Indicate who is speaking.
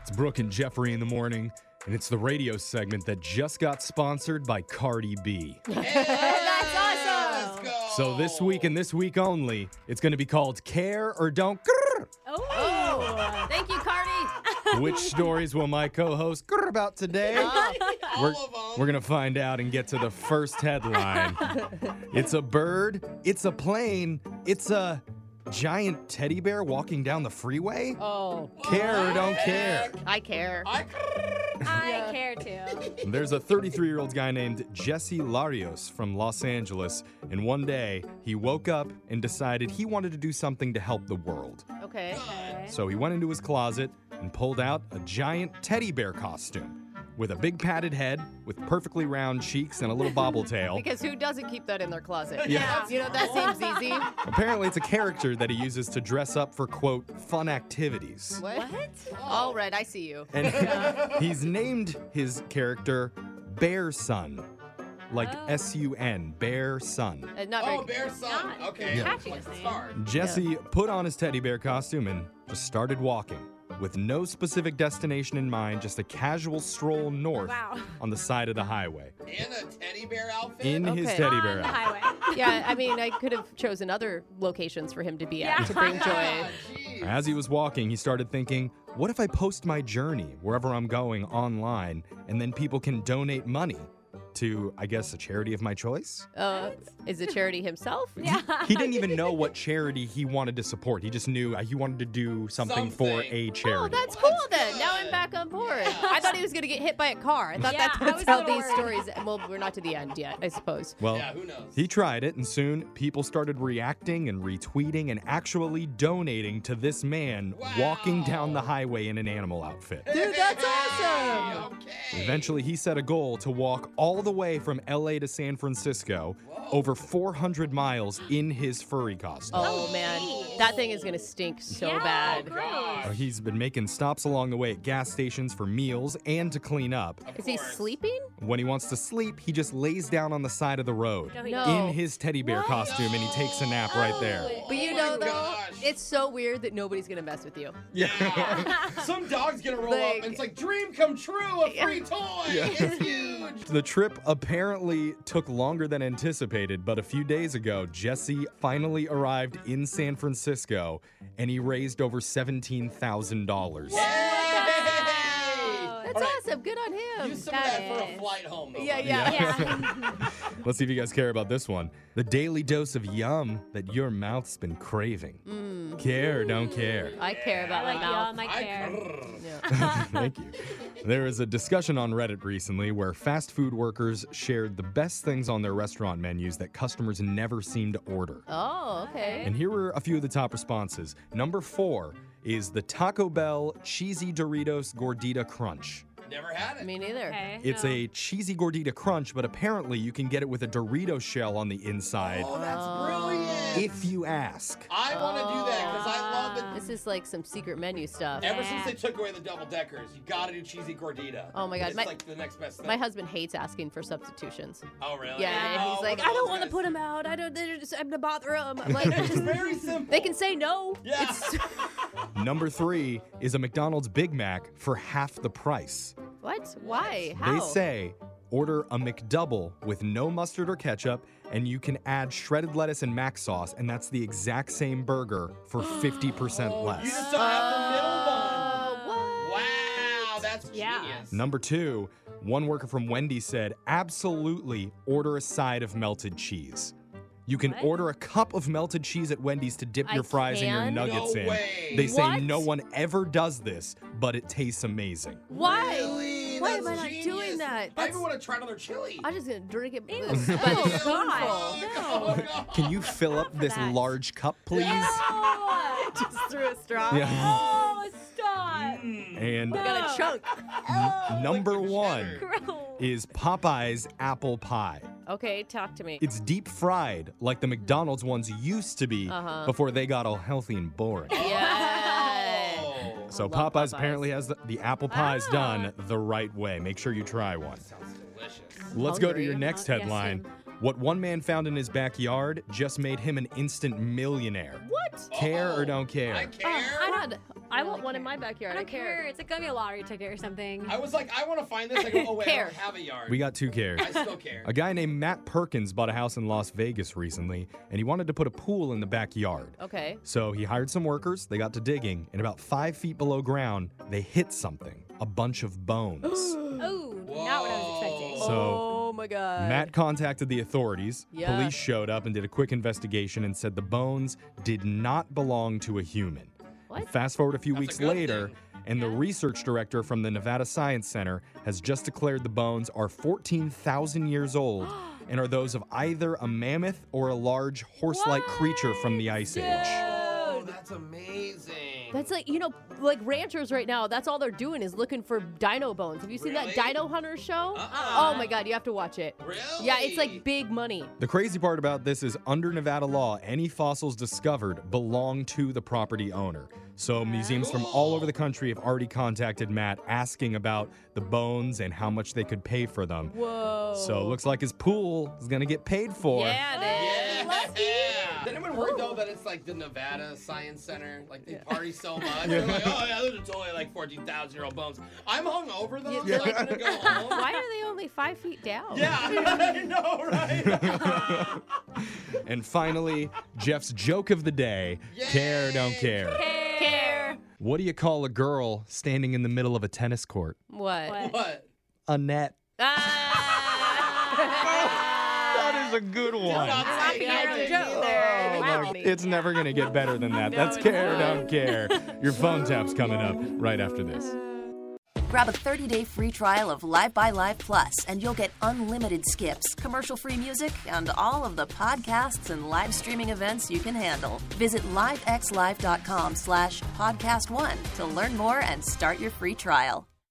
Speaker 1: It's Brooke and Jeffrey in the morning, and it's the radio segment that just got sponsored by Cardi B.
Speaker 2: That's
Speaker 1: Oh.
Speaker 2: awesome.
Speaker 3: Let's go.
Speaker 1: So this week and this week only, it's going to be called Care or Don't Grr.
Speaker 2: Oh.
Speaker 4: Thank you, Cardi.
Speaker 1: Which stories will my co-host grr about today?
Speaker 3: all
Speaker 1: We're,
Speaker 3: of them.
Speaker 1: we're going to find out and get to the first headline. it's a bird, it's a plane, it's a giant teddy bear walking down the freeway.
Speaker 2: Oh.
Speaker 1: Care or don't care.
Speaker 4: I care.
Speaker 3: I
Speaker 2: I care too.
Speaker 1: There's a 33 year old guy named Jesse Larios from Los Angeles, and one day he woke up and decided he wanted to do something to help the world.
Speaker 4: Okay.
Speaker 1: So he went into his closet and pulled out a giant teddy bear costume with a big padded head, with perfectly round cheeks, and a little bobble tail.
Speaker 4: Because who doesn't keep that in their closet?
Speaker 1: Yeah.
Speaker 4: You know, that seems easy.
Speaker 1: Apparently, it's a character that he uses to dress up for, quote, fun activities.
Speaker 4: What? All right, I see you.
Speaker 1: And he's named his character Bear Sun, like
Speaker 2: Oh.
Speaker 1: S U N, Bear Sun.
Speaker 4: Uh, not
Speaker 3: Oh,
Speaker 4: very.
Speaker 3: bear son.
Speaker 2: Not
Speaker 3: Okay.
Speaker 2: catchy,
Speaker 3: Like
Speaker 2: isn't it?
Speaker 3: star.
Speaker 1: Jesse put on his teddy bear costume and just started walking with no specific destination in mind, just a casual stroll north
Speaker 2: Wow.
Speaker 1: on the side of the highway
Speaker 3: In a teddy bear outfit. Oh,
Speaker 1: in his
Speaker 4: Okay.
Speaker 1: teddy
Speaker 2: On
Speaker 1: bear
Speaker 2: the
Speaker 1: outfit.
Speaker 2: highway.
Speaker 4: Yeah, I mean, I could have chosen other locations for him to be at
Speaker 2: Yeah.
Speaker 4: to bring joy.
Speaker 3: Ah, jeez.
Speaker 1: As he was walking, he started thinking, what if I post my journey wherever I'm going online and then people can donate money to, I guess, a charity of my choice?
Speaker 4: Uh, is it charity himself?
Speaker 2: Yeah.
Speaker 1: He didn't even know what charity he wanted to support. He just knew uh, he wanted to do something, for
Speaker 3: Something.
Speaker 1: a
Speaker 4: Oh,
Speaker 1: charity.
Speaker 4: that's
Speaker 3: Well,
Speaker 4: cool
Speaker 3: that's
Speaker 4: then. Now I'm
Speaker 3: good.
Speaker 4: back on board.
Speaker 3: Yeah.
Speaker 4: I thought he was going to get hit by a car. I thought
Speaker 2: Yeah,
Speaker 4: that,
Speaker 2: I
Speaker 4: that's
Speaker 2: was a
Speaker 4: how
Speaker 2: little
Speaker 4: these
Speaker 2: worried.
Speaker 4: stories. Well, we're not to the end yet, I suppose.
Speaker 1: well,
Speaker 3: Yeah, who knows?
Speaker 1: He tried it, and soon people started reacting and retweeting and actually donating to this man
Speaker 3: Wow.
Speaker 1: walking down the highway in an animal outfit.
Speaker 4: Dude, that's awesome.
Speaker 3: Okay.
Speaker 1: Eventually, he set a goal to walk all the way from LA to San Francisco, over 400 miles in his furry costume.
Speaker 4: Oh, man. That thing is going to stink so bad.
Speaker 3: God.
Speaker 1: Uh, He's been making stops along the way at gas stations for meals and to clean up.
Speaker 3: Of
Speaker 4: Is he
Speaker 3: course.
Speaker 4: sleeping?
Speaker 1: When he wants to sleep, he just lays down on the side of the road
Speaker 2: No, he
Speaker 4: No.
Speaker 2: doesn't.
Speaker 1: in his teddy bear costume and he takes a nap right there.
Speaker 4: But you
Speaker 3: Oh
Speaker 4: know,
Speaker 3: my
Speaker 4: though,
Speaker 3: gosh.
Speaker 4: it's so weird that nobody's gonna mess with you.
Speaker 3: Yeah. Some dog's gonna roll up
Speaker 4: Like-
Speaker 3: and it's like dream come true, a free toy. It's huge.
Speaker 1: The trip apparently took longer than anticipated, but a few days ago, Jesse finally arrived in San Francisco and he raised over $17,000.
Speaker 3: Hey!
Speaker 4: That's
Speaker 3: All right,
Speaker 4: awesome. Good on him.
Speaker 3: Use some of that for a
Speaker 2: is-
Speaker 3: flight home. Though,
Speaker 4: Oh, yeah,
Speaker 3: buddy.
Speaker 4: yeah,
Speaker 2: Yeah.
Speaker 1: Let's see if you guys care about this one. The daily dose of yum that your mouth's been craving. Care or don't care.
Speaker 4: I care
Speaker 2: I
Speaker 4: about my
Speaker 2: like y'all,
Speaker 4: mouth.
Speaker 2: my care.
Speaker 3: I
Speaker 1: Thank you. There was a discussion on Reddit recently where fast food workers shared the best things on their restaurant menus that customers never seem to order.
Speaker 4: Oh, okay.
Speaker 1: And here were a few of the top responses. Number four is the Taco Bell Cheesy Doritos Gordita Crunch.
Speaker 3: never had it.
Speaker 4: Me neither.
Speaker 2: Okay.
Speaker 1: It's
Speaker 2: no.
Speaker 1: a cheesy gordita crunch, but apparently you can get it with a Dorito shell on the inside
Speaker 3: Oh, that's brilliant.
Speaker 1: if you ask.
Speaker 3: I want to do that because I love the.
Speaker 4: This is like some secret menu stuff.
Speaker 3: Ever
Speaker 2: Yeah.
Speaker 3: since they took away the double deckers, you gotta do cheesy gordita.
Speaker 4: Oh my God,
Speaker 3: It's
Speaker 4: my-
Speaker 3: like the next best thing.
Speaker 4: My husband hates asking for substitutions.
Speaker 3: oh really?
Speaker 4: Yeah,
Speaker 3: Oh,
Speaker 4: he's
Speaker 3: one
Speaker 4: like,
Speaker 3: of
Speaker 4: I don't
Speaker 3: those
Speaker 4: want to
Speaker 3: guys.
Speaker 4: put them out. I don't. They're just, I'm gonna bother them. I'm like,
Speaker 3: It's
Speaker 4: just-
Speaker 3: very simple.
Speaker 4: they can say no.
Speaker 3: Yeah.
Speaker 4: It's,
Speaker 1: Number three is a McDonald's Big Mac for half the price.
Speaker 4: what? Why? How?
Speaker 1: They say order a McDouble with no mustard or ketchup, and you can add shredded lettuce and mac sauce, and that's the exact same burger for 50%
Speaker 3: Oh, You just
Speaker 1: less.
Speaker 3: don't have
Speaker 4: Uh, what?
Speaker 3: the middle bun. Wow, that's
Speaker 2: Yeah.
Speaker 3: genius.
Speaker 1: Number two, one worker from Wendy's said, absolutely order a side of melted cheese. You can
Speaker 2: What?
Speaker 1: order a cup of melted cheese at Wendy's to dip
Speaker 4: I
Speaker 1: your fries and
Speaker 4: can?
Speaker 1: your nuggets
Speaker 3: No
Speaker 1: in.
Speaker 3: way.
Speaker 1: They say
Speaker 4: What?
Speaker 1: no one ever does this, but it tastes amazing.
Speaker 4: Why?
Speaker 3: Really?
Speaker 4: Why
Speaker 3: That's
Speaker 4: am I not
Speaker 3: genius.
Speaker 4: doing that?
Speaker 3: I
Speaker 4: That's-
Speaker 3: even want to try another chili.
Speaker 4: I'm just gonna drink it.
Speaker 2: Ew.
Speaker 4: by the
Speaker 2: Oh, God.
Speaker 4: spoonful.
Speaker 3: Oh, God.
Speaker 1: Can you fill up
Speaker 2: for
Speaker 1: this
Speaker 2: that.
Speaker 1: large cup, please?
Speaker 2: Oh,
Speaker 4: Just threw a straw.
Speaker 1: Yeah.
Speaker 2: oh, stop.
Speaker 1: And
Speaker 4: Got a chunk.
Speaker 3: Oh,
Speaker 1: number
Speaker 3: Liquid
Speaker 1: one
Speaker 3: cheddar.
Speaker 2: Gross.
Speaker 1: is Popeye's apple pie.
Speaker 4: Okay, talk to me.
Speaker 1: It's deep fried like the McDonald's ones used to be
Speaker 4: Uh-huh.
Speaker 1: before they got all healthy and boring.
Speaker 4: Yeah.
Speaker 3: Oh.
Speaker 1: So
Speaker 4: love
Speaker 1: Popeyes,
Speaker 4: Popeyes.
Speaker 1: apparently has the, the apple pies
Speaker 2: Ah.
Speaker 1: done the right way. Make sure you try one.
Speaker 3: Sounds delicious.
Speaker 1: Let's go to your
Speaker 4: hungry.
Speaker 1: next
Speaker 2: Yes,
Speaker 1: headline.
Speaker 2: ma'am.
Speaker 1: What one man found in his backyard just made him an instant millionaire.
Speaker 4: What? it.
Speaker 1: Care or
Speaker 3: Uh-oh.
Speaker 1: don't care?
Speaker 3: Oh,
Speaker 4: Oh,
Speaker 3: I care.
Speaker 2: Um, I
Speaker 4: God, I
Speaker 2: really
Speaker 4: want one in
Speaker 2: care.
Speaker 4: my backyard.
Speaker 2: I don't care. It's like gonna be a lottery ticket or something.
Speaker 3: I was like, I want to find this. I go, oh wait, I
Speaker 4: Care.
Speaker 3: don't have a yard.
Speaker 1: We got two cares.
Speaker 3: I still care.
Speaker 1: A guy named Matt Perkins bought a house in Las Vegas recently, and he wanted to put a pool in the backyard.
Speaker 4: Okay.
Speaker 1: So he hired some workers, they got to digging, and about five feet below ground, they hit something a bunch of bones.
Speaker 2: Oh, not what I was expecting.
Speaker 3: Whoa.
Speaker 4: oh my god.
Speaker 1: Matt contacted the authorities.
Speaker 4: Yeah.
Speaker 1: Police showed up and did a quick investigation and said the bones did not belong to a human.
Speaker 4: What?
Speaker 1: Fast forward a few
Speaker 3: That's a
Speaker 1: weeks
Speaker 3: good
Speaker 1: later, and the
Speaker 2: Yeah.
Speaker 1: research director from the Nevada Science Center has just declared the bones are 14,000 years old and are those of either a mammoth or a large horse like creature from the Ice Age.
Speaker 3: Oh, that's amazing.
Speaker 4: That's like you know, like ranchers right now. That's all they're doing is looking for dino bones. Have you seen that
Speaker 3: Really?
Speaker 4: Dino Hunter show?
Speaker 3: Uh-uh.
Speaker 4: Oh my god, you have to watch it.
Speaker 3: really?
Speaker 4: Yeah, it's like big money.
Speaker 1: The crazy part about this is under Nevada law, any fossils discovered belong to the property owner. So museums from all over the country have already contacted Matt asking about the bones and how much they could pay for them.
Speaker 4: Whoa.
Speaker 1: So it looks like his pool is going to get paid for.
Speaker 4: Yeah, it is.
Speaker 3: Yeah.
Speaker 2: Lucky.
Speaker 3: Did anyone worry
Speaker 4: Oh.
Speaker 3: though that it's like the Nevada Science Center? Like they party so much. They're like, oh yeah, there's totally like 14,000 year old bones. I'm hungover though.
Speaker 4: Yeah.
Speaker 3: Yeah. So I'm gonna go home.
Speaker 4: Why are they only five feet down?
Speaker 3: Yeah, I know, right?
Speaker 1: And finally, Jeff's joke of the day care, don't
Speaker 3: Yay!
Speaker 1: care.
Speaker 2: Care.
Speaker 1: What do you call a girl standing in the middle of a tennis court?
Speaker 4: What? Ah,
Speaker 2: What?
Speaker 3: what?
Speaker 1: A net. That is a good one.
Speaker 3: Not saying
Speaker 2: at
Speaker 3: I
Speaker 2: your
Speaker 3: didn't
Speaker 2: joke.
Speaker 3: either.
Speaker 1: Oh,
Speaker 4: Wow.
Speaker 1: look, it's never going to get better than that.
Speaker 4: No,
Speaker 1: That's
Speaker 4: it's
Speaker 1: care,
Speaker 4: not.
Speaker 1: don't care. Your phone tap's coming up right after this.
Speaker 5: Grab a 30-day free trial of Live by Live Plus, and you'll get unlimited skips, commercial-free music, and all of the podcasts and live streaming events you can handle. Visit livexlive.com slash podcast one to learn more and start your free trial.